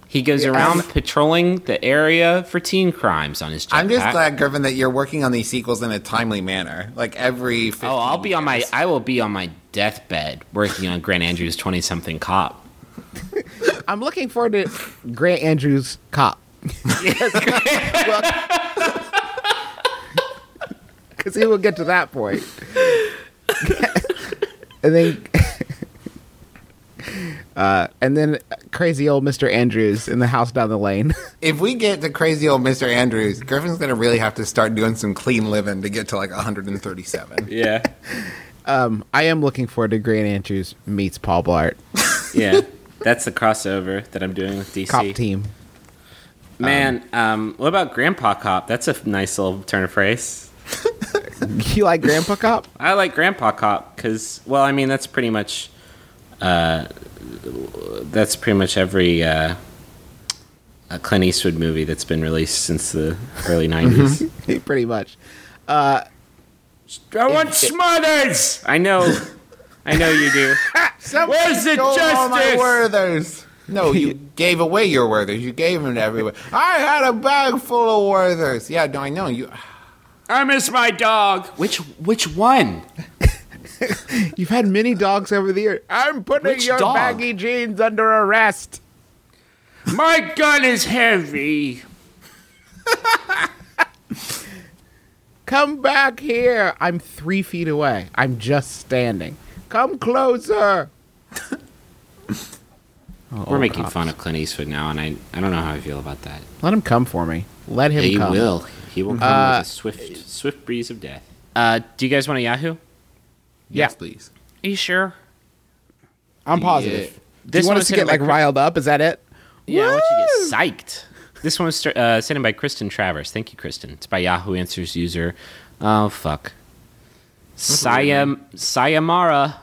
B: he goes around patrolling the area for teen crimes on his jetpack.
D: I'm just glad, Griffin, that you're working on these sequels in a timely manner. Like every. 15
B: Oh, I'll be on my.
D: years.
B: I will be on my deathbed working on Grant Andrews Twenty Something Cop.
C: I'm looking forward to Grant Andrews Cop. <laughs> Because <laughs> he will get to that point. <laughs> and then. <laughs> Uh, and then crazy old Mr. Andrews in the house down the lane. <laughs>
D: If we get to crazy old Mr. Andrews, Griffin's going to really have to start doing some clean living to get to like 137.
B: Yeah,
C: I am looking forward to Grant Andrews meets Paul Blart.
B: yeah. That's the crossover that I'm doing with DC.
C: Cop um, team. <laughs>
B: Man, um, what about Grandpa Cop? That's a nice little turn of phrase.
C: You like Grandpa Cop?
B: <laughs> I like Grandpa Cop because, well, I mean, that's pretty much, uh, that's pretty much every uh, uh, Clint Eastwood movie that's been released since the early '90s.
C: Pretty much.
B: I want Smothers. I know, I know you do. <laughs> Where's the
D: Stole all my
B: justice?
D: Werthers.
B: <laughs>
D: No, you gave away your Werthers. You gave them to everyone. I had a bag full of Werthers. Yeah, no, I know you. ah,
B: I miss my dog. Which which one?
C: You've had many dogs over the year. I'm putting
B: Which
C: your
B: dog?
C: baggy jeans under arrest.
B: My gun is heavy.
C: Come back here. I'm three feet away. I'm just standing. Come closer.
B: We're making fun of Clint Eastwood now, and I I don't know how I feel about that.
C: Let him come for me. Let him
B: He
C: come.
B: will. He will come with a swift swift breeze of death. Uh, do you guys want a Yahoo?
D: Yes, please.
B: Are you sure?
C: I'm positive. Do
B: This
C: you want
B: one
C: us to
B: was
C: get
B: hidden
C: like
B: by-
C: riled up? Is that it?
B: Yeah, I want you to get psyched. This one was st- uh, sent in by Kristen Travers. Thank you, Kristen. It's by Yahoo Answers user. Oh, fuck. Sayam- Sayamara,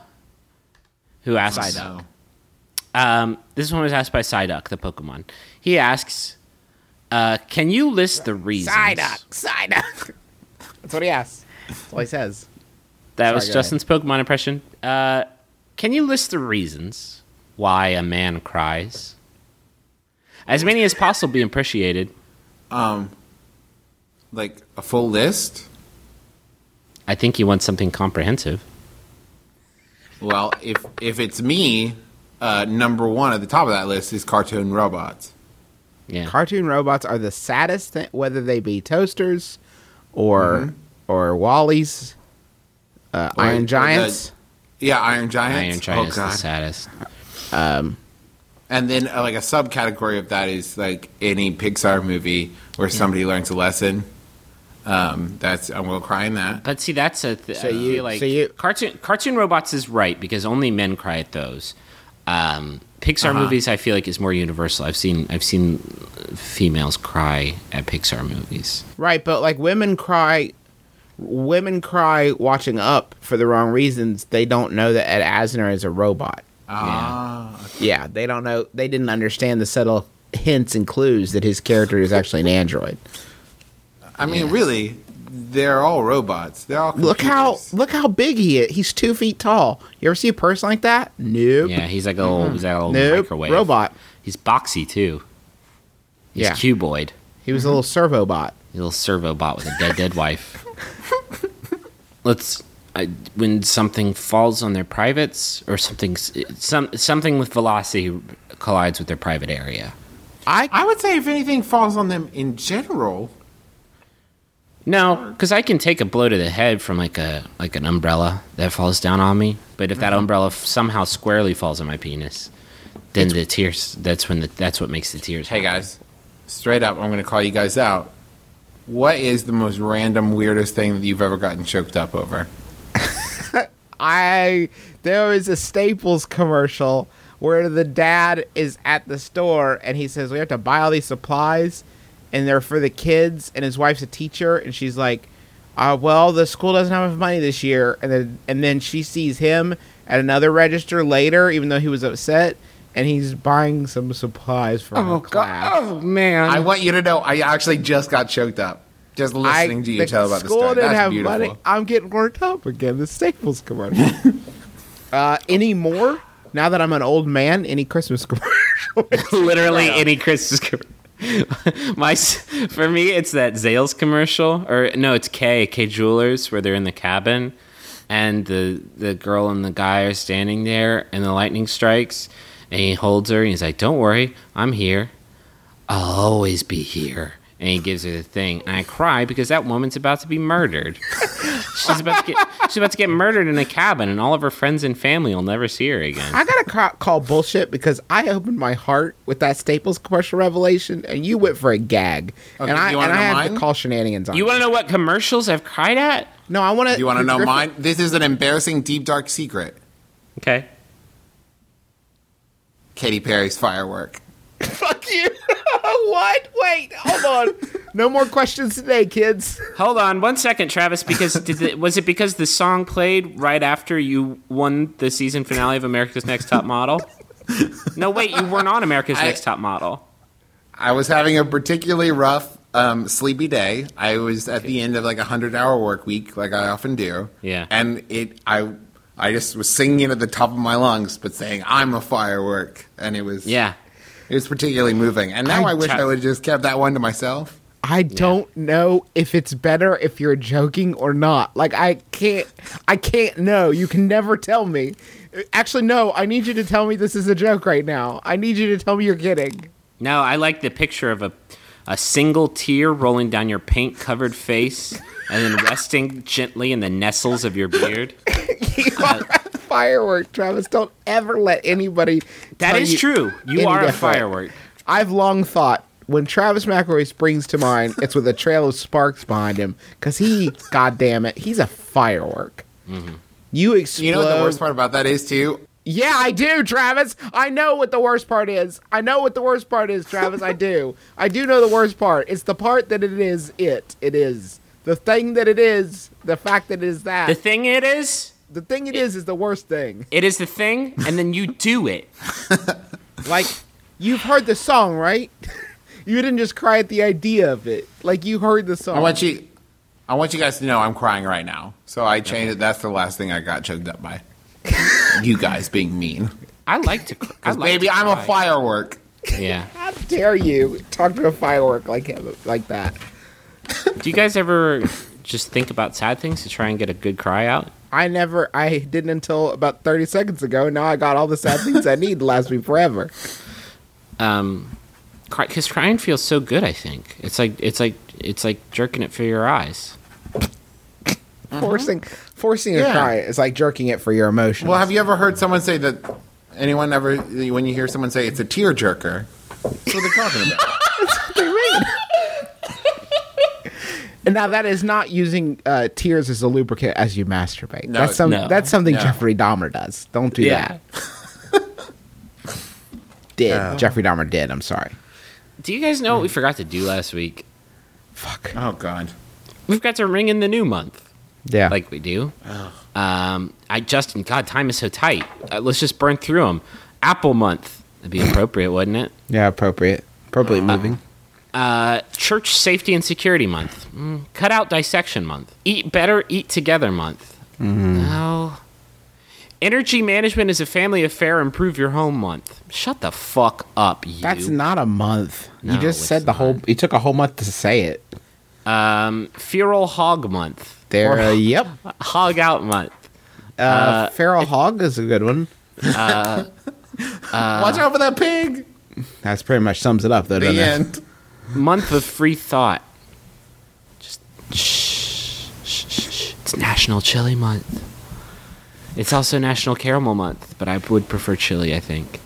B: who asks.
D: No.
B: Um, this one was asked by Psyduck, the Pokemon. He asks, uh, can you list the reasons?
C: <laughs> Psyduck. Psyduck. That's what he asks. That's all he says.
B: That was
C: Sorry, go ahead.
B: Justin's Pokemon impression. Uh, can you list the reasons why a man cries? As many as possible be appreciated.
D: Like a full list?
B: I think you want something comprehensive.
D: Well, if if it's me, uh, number one at the top of that list is cartoon robots.
B: Yeah.
C: Cartoon robots are the saddest thing, whether they be toasters or or Wallies, uh,
D: Or- or
C: Iron
D: the-
C: Giants.
D: yeah, Iron Giants.
B: Iron Giant
D: Oh,
B: is the
D: God.
B: saddest.
D: And then uh, like a subcategory of that is like any Pixar movie where somebody learns a lesson. Um, that's I'm gonna cry in that.
B: But see, that's a th- I
C: you-
B: feel like
C: so you-
B: cartoon cartoon robots is right because only men cry at those. Um, Pixar
C: Uh-huh.
B: movies, I feel like, is more universal. I've seen I've seen females cry at Pixar movies.
C: Right, but like women cry, women cry watching Up for the wrong reasons. They don't know that Ed Asner is a robot.
D: Ah,
C: Yeah, they don't know. They didn't understand the subtle hints and clues that his character is actually an android.
D: I mean, really, they're all robots. They're all
C: Look how
D: computers.
C: look how big he is. He's two feet tall. You ever see a person like that? Nope.
B: Yeah, he's like a little, he's like a little
C: Nope.
B: microwave
C: Robot.
B: He's boxy too. He's
C: Yeah.
B: cuboid.
C: He
B: Mm-hmm.
C: was a little servo bot.
B: A little servo bot with a dead dead wife. Let's I, when something falls on their privates or something s- some something with velocity collides with their private area.
C: I
D: I would say if anything falls on them in general,
B: No, because I can take a blow to the head from like a like an umbrella that falls down on me. But if that umbrella f- somehow squarely falls on my penis, then the tears. That's when the, that's what makes the tears.
D: hey guys, straight up, I'm going to call you guys out. What is the most random, weirdest thing that you've ever gotten choked up over?
C: I there was a Staples commercial where the dad is at the store and he says we have to buy all these supplies and they're for the kids and his wife's a teacher and she's like uh, well the school doesn't have enough money this year and then and then she sees him at another register later even though he was upset and he's buying some supplies for her class.
B: Oh man!
D: I want you to know I actually just got choked up. Just listening to you
C: the
D: tell about the
C: school
D: story.
C: didn't
D: That's
C: have
D: beautiful.
C: money. I'm getting worked up again. The Staples commercial. <laughs> uh, any more? Now that I'm an old man, any Christmas <laughs> commercial?
B: <laughs> literally any Christmas commercial. <laughs> My, s- for me, it's that Zales commercial, or no, it's K K Jewelers, where they're in the cabin, and the the girl and the guy are standing there, and the lightning strikes, and he holds her, and he's like, "Don't worry, I'm here. I'll always be here." And he gives her the thing, and I cry because that woman's about to be murdered. <laughs> she's about to get she's about to get murdered in a cabin, and all of her friends and family will never see her again.
C: I gotta ca- call bullshit because I opened my heart with that Staples commercial revelation, and you went for a gag,
D: Okay,
C: and I
D: you
C: and
D: wanna
C: I
D: know
C: have
D: mine?
C: to call shenanigans on
B: You want to know what commercials I've cried at?
C: No, I want to. <laughs>
D: You want to know mine? This is an embarrassing, deep, dark secret.
B: Okay.
D: Katy Perry's firework.
C: Fuck you. <laughs> what? Wait, hold on. no more questions today, kids.
B: Hold on one second, Travis. <laughs> Because did the, was it because the song played right after you won the season finale of America's Next Top <laughs> Model? No, wait, you weren't on America's
D: I-
B: Next Top Model.
D: I was having a particularly rough, um, sleepy day. I was at the end of like a hundred-hour work week, like I often do.
B: Yeah.
D: And it, I, I just was singing it at the top of my lungs, but saying I'm a firework, and it was
B: Yeah,
D: it was particularly moving. And now I,
C: I
D: wish
B: ta-
D: I would have just kept that one to myself.
C: I don't know if it's better if you're joking or not. Like I can't I can't know. You can never tell me. Actually no, I need you to tell me this is a joke right now. I need you to tell me you're kidding. <laughs>
B: no, I like the picture of a a single tear rolling down your paint-covered face and then resting gently in the nestles of your beard.
C: You are a firework, Travis. Don't ever let anybody
B: That
C: tell
B: is
C: you
B: true.
C: any
B: You are a
C: different.
B: firework.
C: I've long thought when Travis McElroy springs to mind, it's with a trail of sparks behind him. Cause he, <laughs> god damn it, he's a firework. You explode.
D: Mm-hmm. You know what the worst part about that is too?
C: Yeah, I do, Travis. I know what the worst part is. I know what the worst part is, Travis. I do. I do know the worst part. It's the part that it is it. It is. The thing that it is, the fact that it is
B: The
C: that.
B: thing it is,
C: The thing it is is the worst thing.
B: it is the thing, and then you do it.
C: Like, you've heard the song, right? <laughs> You didn't just cry at the idea of it. Like, you heard the song.
D: I want you, I want you guys to know I'm crying right now. So I changed it. That's the last thing I got choked up by. you guys being mean.
B: I like to. cr- I like
D: Baby,
B: to
D: I'm a
B: cry.
D: firework.
B: Yeah.
C: How dare you talk to a firework like him, like that?
B: Do you guys ever just think about sad things to try and get a good cry out?
C: I never, I didn't until about 30 seconds ago. Now I got all the sad things I need to last me forever.
B: Um, because crying feels so good. I think it's like it's like it's like jerking it for your eyes.
C: forcing forcing a
D: Yeah.
C: cry is like jerking it for your emotions.
D: Well, have you ever heard someone say that? Anyone ever? When you hear someone say it's a tearjerker, that's what they're talking about.
C: and now that is not using uh, tears as a lubricant as you masturbate.
D: No,
C: that's some,
B: no,
C: that's something
D: no.
C: Jeffrey Dahmer does. Don't do that. Did Jeffrey Dahmer did? I'm sorry.
B: Do you guys know what we forgot to do last week?
C: Fuck.
D: Oh God.
B: We forgot to ring in the new month,
C: Yeah.
B: like we do. Um, I Justin, God, time is so tight. Uh, let's just burn through them. Apple month. That'd be appropriate, wouldn't it?
C: yeah. Appropriate. Appropriate moving.
B: Uh, Church Safety and Security Month. Mm, cut out dissection month. Eat better, eat together month. No. Energy management is a family affair. Improve your home month. Shut the fuck up, you.
C: That's not a month.
B: No,
C: you just
B: it's
C: said the
B: not.
C: whole. You took a whole month to say it.
B: um, feral hog month.
C: There. Uh, yep.
B: Hog out month.
C: Uh, feral hog is a good one.
D: Watch out Uh, for that pig.
C: That's pretty much sums it up, though,
D: The
C: <laughs> doesn't it?
D: end.
B: Month of free thought. Just shh, shh, shh, shh. It's National Chili Month. It's also National Caramel Month, but I would prefer chili. I think.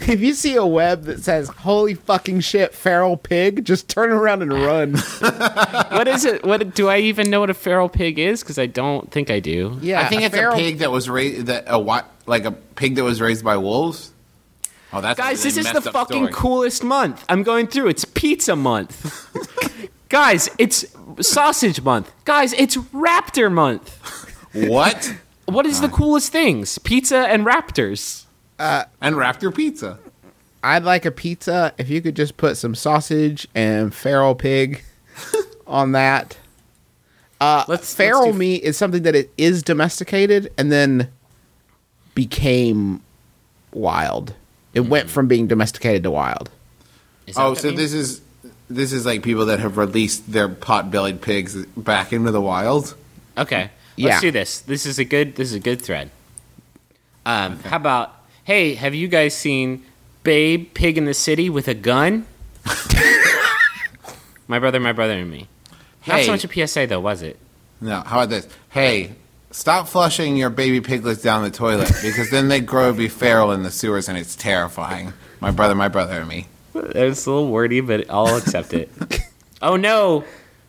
C: If you see a web that says "Holy fucking shit, feral pig," just turn around and run.
B: what is it? What do I even know what a feral pig is? Because I don't think I do.
C: Yeah,
D: I think
C: a
D: it's
C: feral-
D: a pig that was raised that a what like a pig that was raised by wolves. Oh, that's a
B: Guys,
D: really
B: this is the
D: messed up
B: fucking
D: story.
B: coolest month. I'm going through. It's pizza month. <laughs> Guys, it's sausage month. Guys, it's raptor month.
D: <laughs> What?
B: What is the coolest things? Pizza and raptors.
D: And raptor pizza.
C: I'd like a pizza if you could just put some sausage and feral pig on that.
B: Let's
C: Feral
B: let's do-
C: meat is something that it is domesticated and then became wild. It went from being domesticated to wild.
B: Is that
D: Oh,
B: what
D: so
B: that means?
D: this is this is like people that have released their pot-bellied pigs back into the wild.
B: Okay. Let's
C: Yeah.
B: do this. This is a good this is a good thread. Um, how about hey, have you guys seen Babe Pig in the City with a <laughs> gun? my brother, my brother and me. Not
D: Hey.
B: so much a PSA though, was it?
D: No, how about this? Hey, stop flushing your baby piglets down the toilet because then they grow to be feral in the sewers and it's terrifying. My brother, my brother, and me.
B: It's a little wordy, but I'll accept it. <laughs> oh no,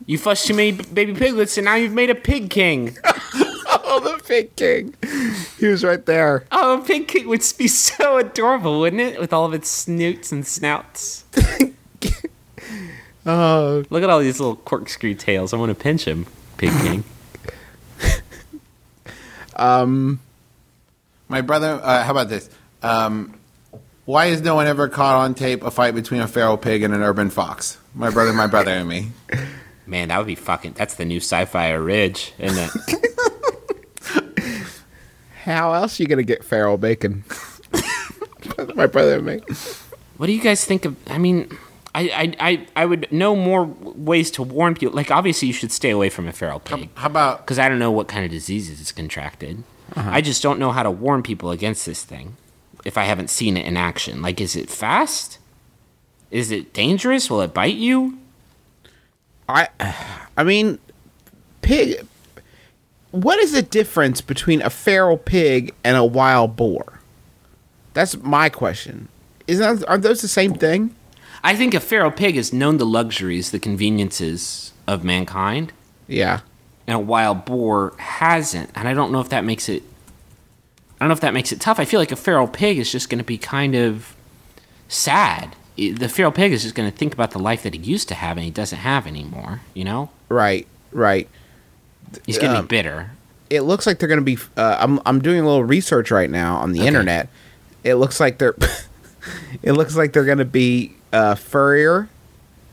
B: you flushed too many b- baby piglets, and now you've made a pig king.
C: Oh, the pig king. <laughs> He was right there.
B: Oh, a pig king would be <laughs> so adorable, wouldn't it? With all of its snoots and snouts. oh, look at all these little corkscrew tails. I want to pinch him, pig king.
D: My brother, uh, how about this? Um, why has no one ever caught on tape a fight between a feral pig and an urban fox? My brother, my brother, and me.
B: Man, that would be fucking. That's the new sci-fi ridge, isn't it?
C: How else you gonna get feral bacon? <laughs> My brother and me.
B: what do you guys think of? I mean. I, I, I, I would know more ways to warn people. Like, obviously, you should stay away from a feral pig.
D: How about
B: because I don't know what kind of diseases it's contracted. I just don't know how to warn people against this thing if I haven't seen it in action. Like, is it fast? Is it dangerous? Will it bite you?
C: I I mean pig what is the difference between a feral pig and a wild boar? That's my question. Is that are those the same thing?
B: I think a feral pig has known the luxuries, the conveniences of mankind,
C: Yeah.
B: and a wild boar hasn't. And I don't know if that makes it. I don't know if that makes it tough. I feel like a feral pig is just going to be kind of sad. I- The feral pig is just going to think about the life that he used to have and he doesn't have anymore. You know,
C: Right, right.
B: he's going to
C: Um,
B: be bitter.
C: It looks like they're going to be uh, I'm I'm doing a little research right now on the internet. It looks like they're <laughs> it looks like they're going to be uh furrier.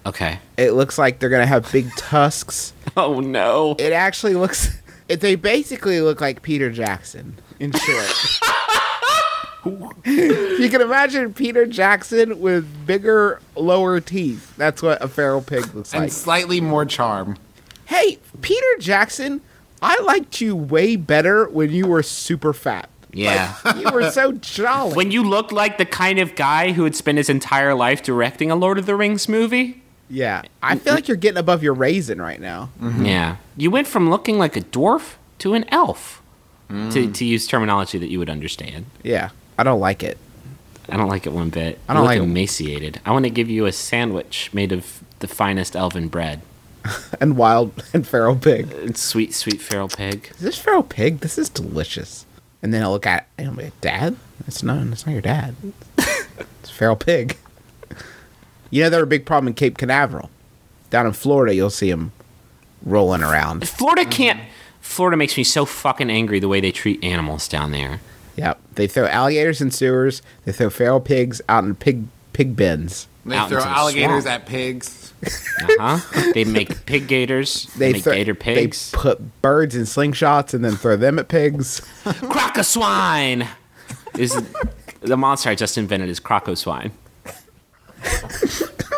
B: Okay.
C: It looks like they're going to have big tusks.
B: <laughs> Oh no.
C: It actually looks <laughs> it, they basically look like Peter Jackson in short. <laughs> you can imagine Peter Jackson with bigger lower teeth. That's what a feral pig looks
D: and
C: like.
D: slightly more charm?
C: Hey, Peter Jackson, I liked you way better when you were super fat.
B: Yeah.
C: You were so jolly.
B: when you look like the kind of guy who would spend his entire life directing a Lord of the Rings movie.
C: yeah. I feel like you're getting above your raisin right now.
B: Mm-hmm. Yeah. You went from looking like a dwarf to an elf. To, to use terminology that you would understand.
C: Yeah. I don't like it.
B: I don't like it one bit.
C: I don't
B: you
C: like it.
B: look emaciated. I want to give you a sandwich made of the finest elven bread.
C: And wild <laughs> and feral pig.
B: It's sweet, sweet feral pig.
C: Is this feral pig? This is delicious. And then I look at it and I'm like, Dad? That's not that's not your dad. it's a feral pig. You know they're a big problem in Cape Canaveral. Down in Florida you'll see them rolling around.
B: Florida can't. Florida makes me so fucking angry the way they treat animals down <laughs> there.
C: Yep. They throw alligators in sewers, they throw feral pigs out in pig pig bins.
D: They
B: Out
D: throw
B: into the
D: alligators
B: swamp.
D: at pigs.
B: Uh huh. they make pig gators. They,
C: They
B: make
C: throw
B: gator pigs.
C: They put birds in slingshots and then throw them at pigs.
B: Crock of swine is the monster I just invented is crock of swine.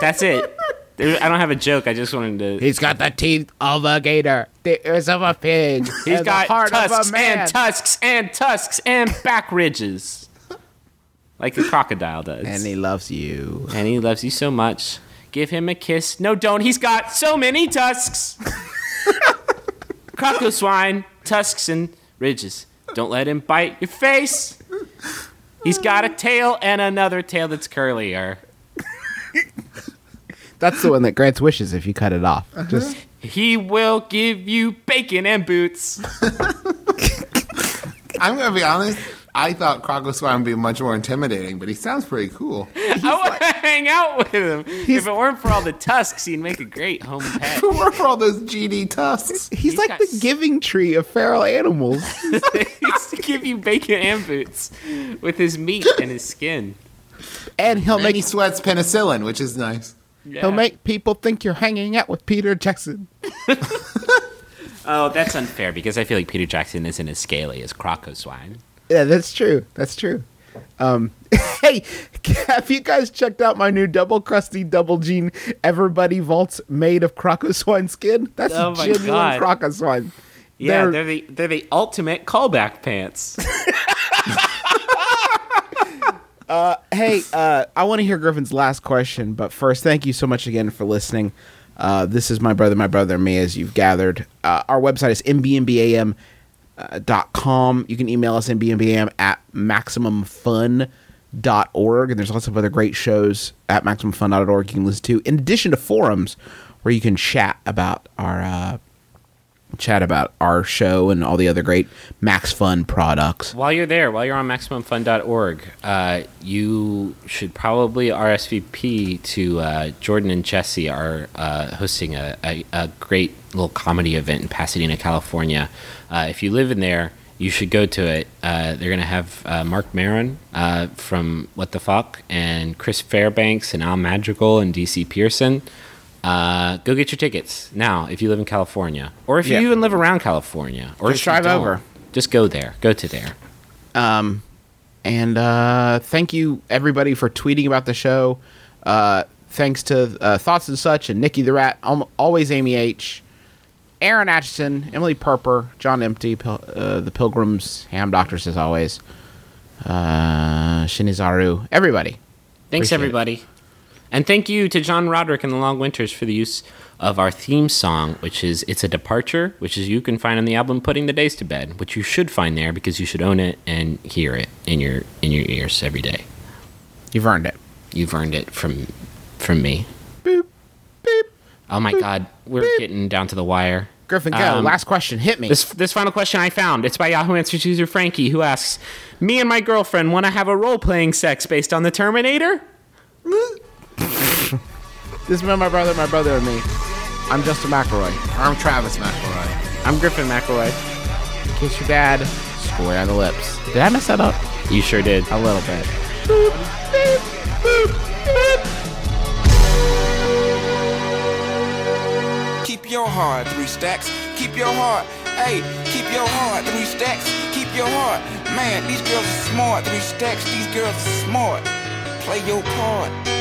B: That's it. There- I don't have a joke. I just wanted to.
C: He's got the teeth of a gator, the ears of a pig.
B: He's
C: and
B: got
C: the heart
B: tusks
C: of a man.
B: and tusks and tusks and back ridges. like the crocodile does.
C: And he loves you.
B: and he loves you so much. Give him a kiss. No, don't. He's got so many tusks. Crocoswine, tusks and ridges. Don't let him bite your face. He's got a tail and another tail that's curlier.
C: That's the one that grants wishes if you cut it off. Just
B: He will give you bacon and
C: <laughs>
B: boots.
D: I'm gonna be honest. I thought Crocoswine would be much more intimidating, but he sounds pretty cool. <laughs>
B: I want to hang out with him. If it weren't for all the tusks, he'd make a great
C: <laughs>
B: home pet. <laughs>
D: Who were for all those GD tusks?
C: he's, like
B: got
C: the
B: s-
C: giving tree of feral animals.
B: he used to give you bacon and boots with his meat and his skin.
C: and he'll
D: And
C: make
D: he sweats penicillin, which is nice.
B: Yeah.
C: he'll make people think you're hanging out with Peter Jackson.
B: Oh, that's unfair because I feel like Peter Jackson isn't as scaly as Crocoswine.
C: Yeah, that's true. That's true. Um, <laughs> hey, have you guys checked out my new double crusty double jean everybody vaults made of crocoswine skin? That's
B: Oh my
C: genuine
B: God.
C: crocoswine.
B: Yeah,
C: They're-
B: they're, the they're the ultimate callback pants.
C: hey, uh, I want to hear Griffin's last question, but first, thank you so much again for listening. Uh, this is my brother, my brother, and me, as you've gathered. Uh, our website is mbmbam.com. Uh, dot com. you can email us mbmbam at maximumfun.org, and there's lots of other great shows at maximumfun.org you can listen to, in addition to forums where you can chat about our. Uh, chat about our show and all the other great max fun products
B: while you're there, while you're on MaximumFun.org, uh, you should probably RSVP to uh, Jordan and Jesse are uh, hosting a, a, a great little comedy event in Pasadena, California. Uh, if you live in there, you should go to it. Uh, they're going to have uh, Mark Maron uh, from What the Fuck and Chris Fairbanks and Al Madrigal and DC Pearson. Uh, go get your tickets now if you live in California, or if
C: Yeah.
B: you even live around California, or
C: Just
B: if you
C: drive
B: don't,
C: over.
B: Just go there. Go to there.
C: And uh, thank you everybody for tweeting about the show. Uh, thanks to uh, Thoughts and Such and Nikki the Rat, al- always Amy H, Aaron Atchison, Emily Perper, John Empty, Pil- uh, the Pilgrims, Ham Doctors as always, uh, Shinizaru, everybody.
B: Thanks,
C: Appreciate it.
B: everybody. And thank you to John Roderick and the Long Winters for the use of our theme song, which is It's a Departure, which is you can find on the album Putting the Days to Bed, which you should find there because you should own it and hear it in your in your ears every day.
C: You've earned it.
B: You've earned it from from me.
C: Boop, beep.
B: Oh my god, we're getting down to the wire.
C: Griffin, go.
B: Um,
C: Last question. Hit me.
B: This, this final question I found. It's by Yahoo Answers user Frankie, who asks, "Me and my girlfriend want to have a role-playing sex based on the Terminator."
C: this is my brother, my brother, and me. I'm Justin McElroy.
D: I'm Travis McElroy.
C: I'm Griffin McElroy. Kiss your dad square on the lips. Did I mess that up?
B: You sure did.
C: A little bit.
A: Keep your heart, three stacks. Keep your heart. Hey, keep your heart, three stacks. Keep your heart. Man, these girls are smart, three stacks. These girls are smart. Play your part.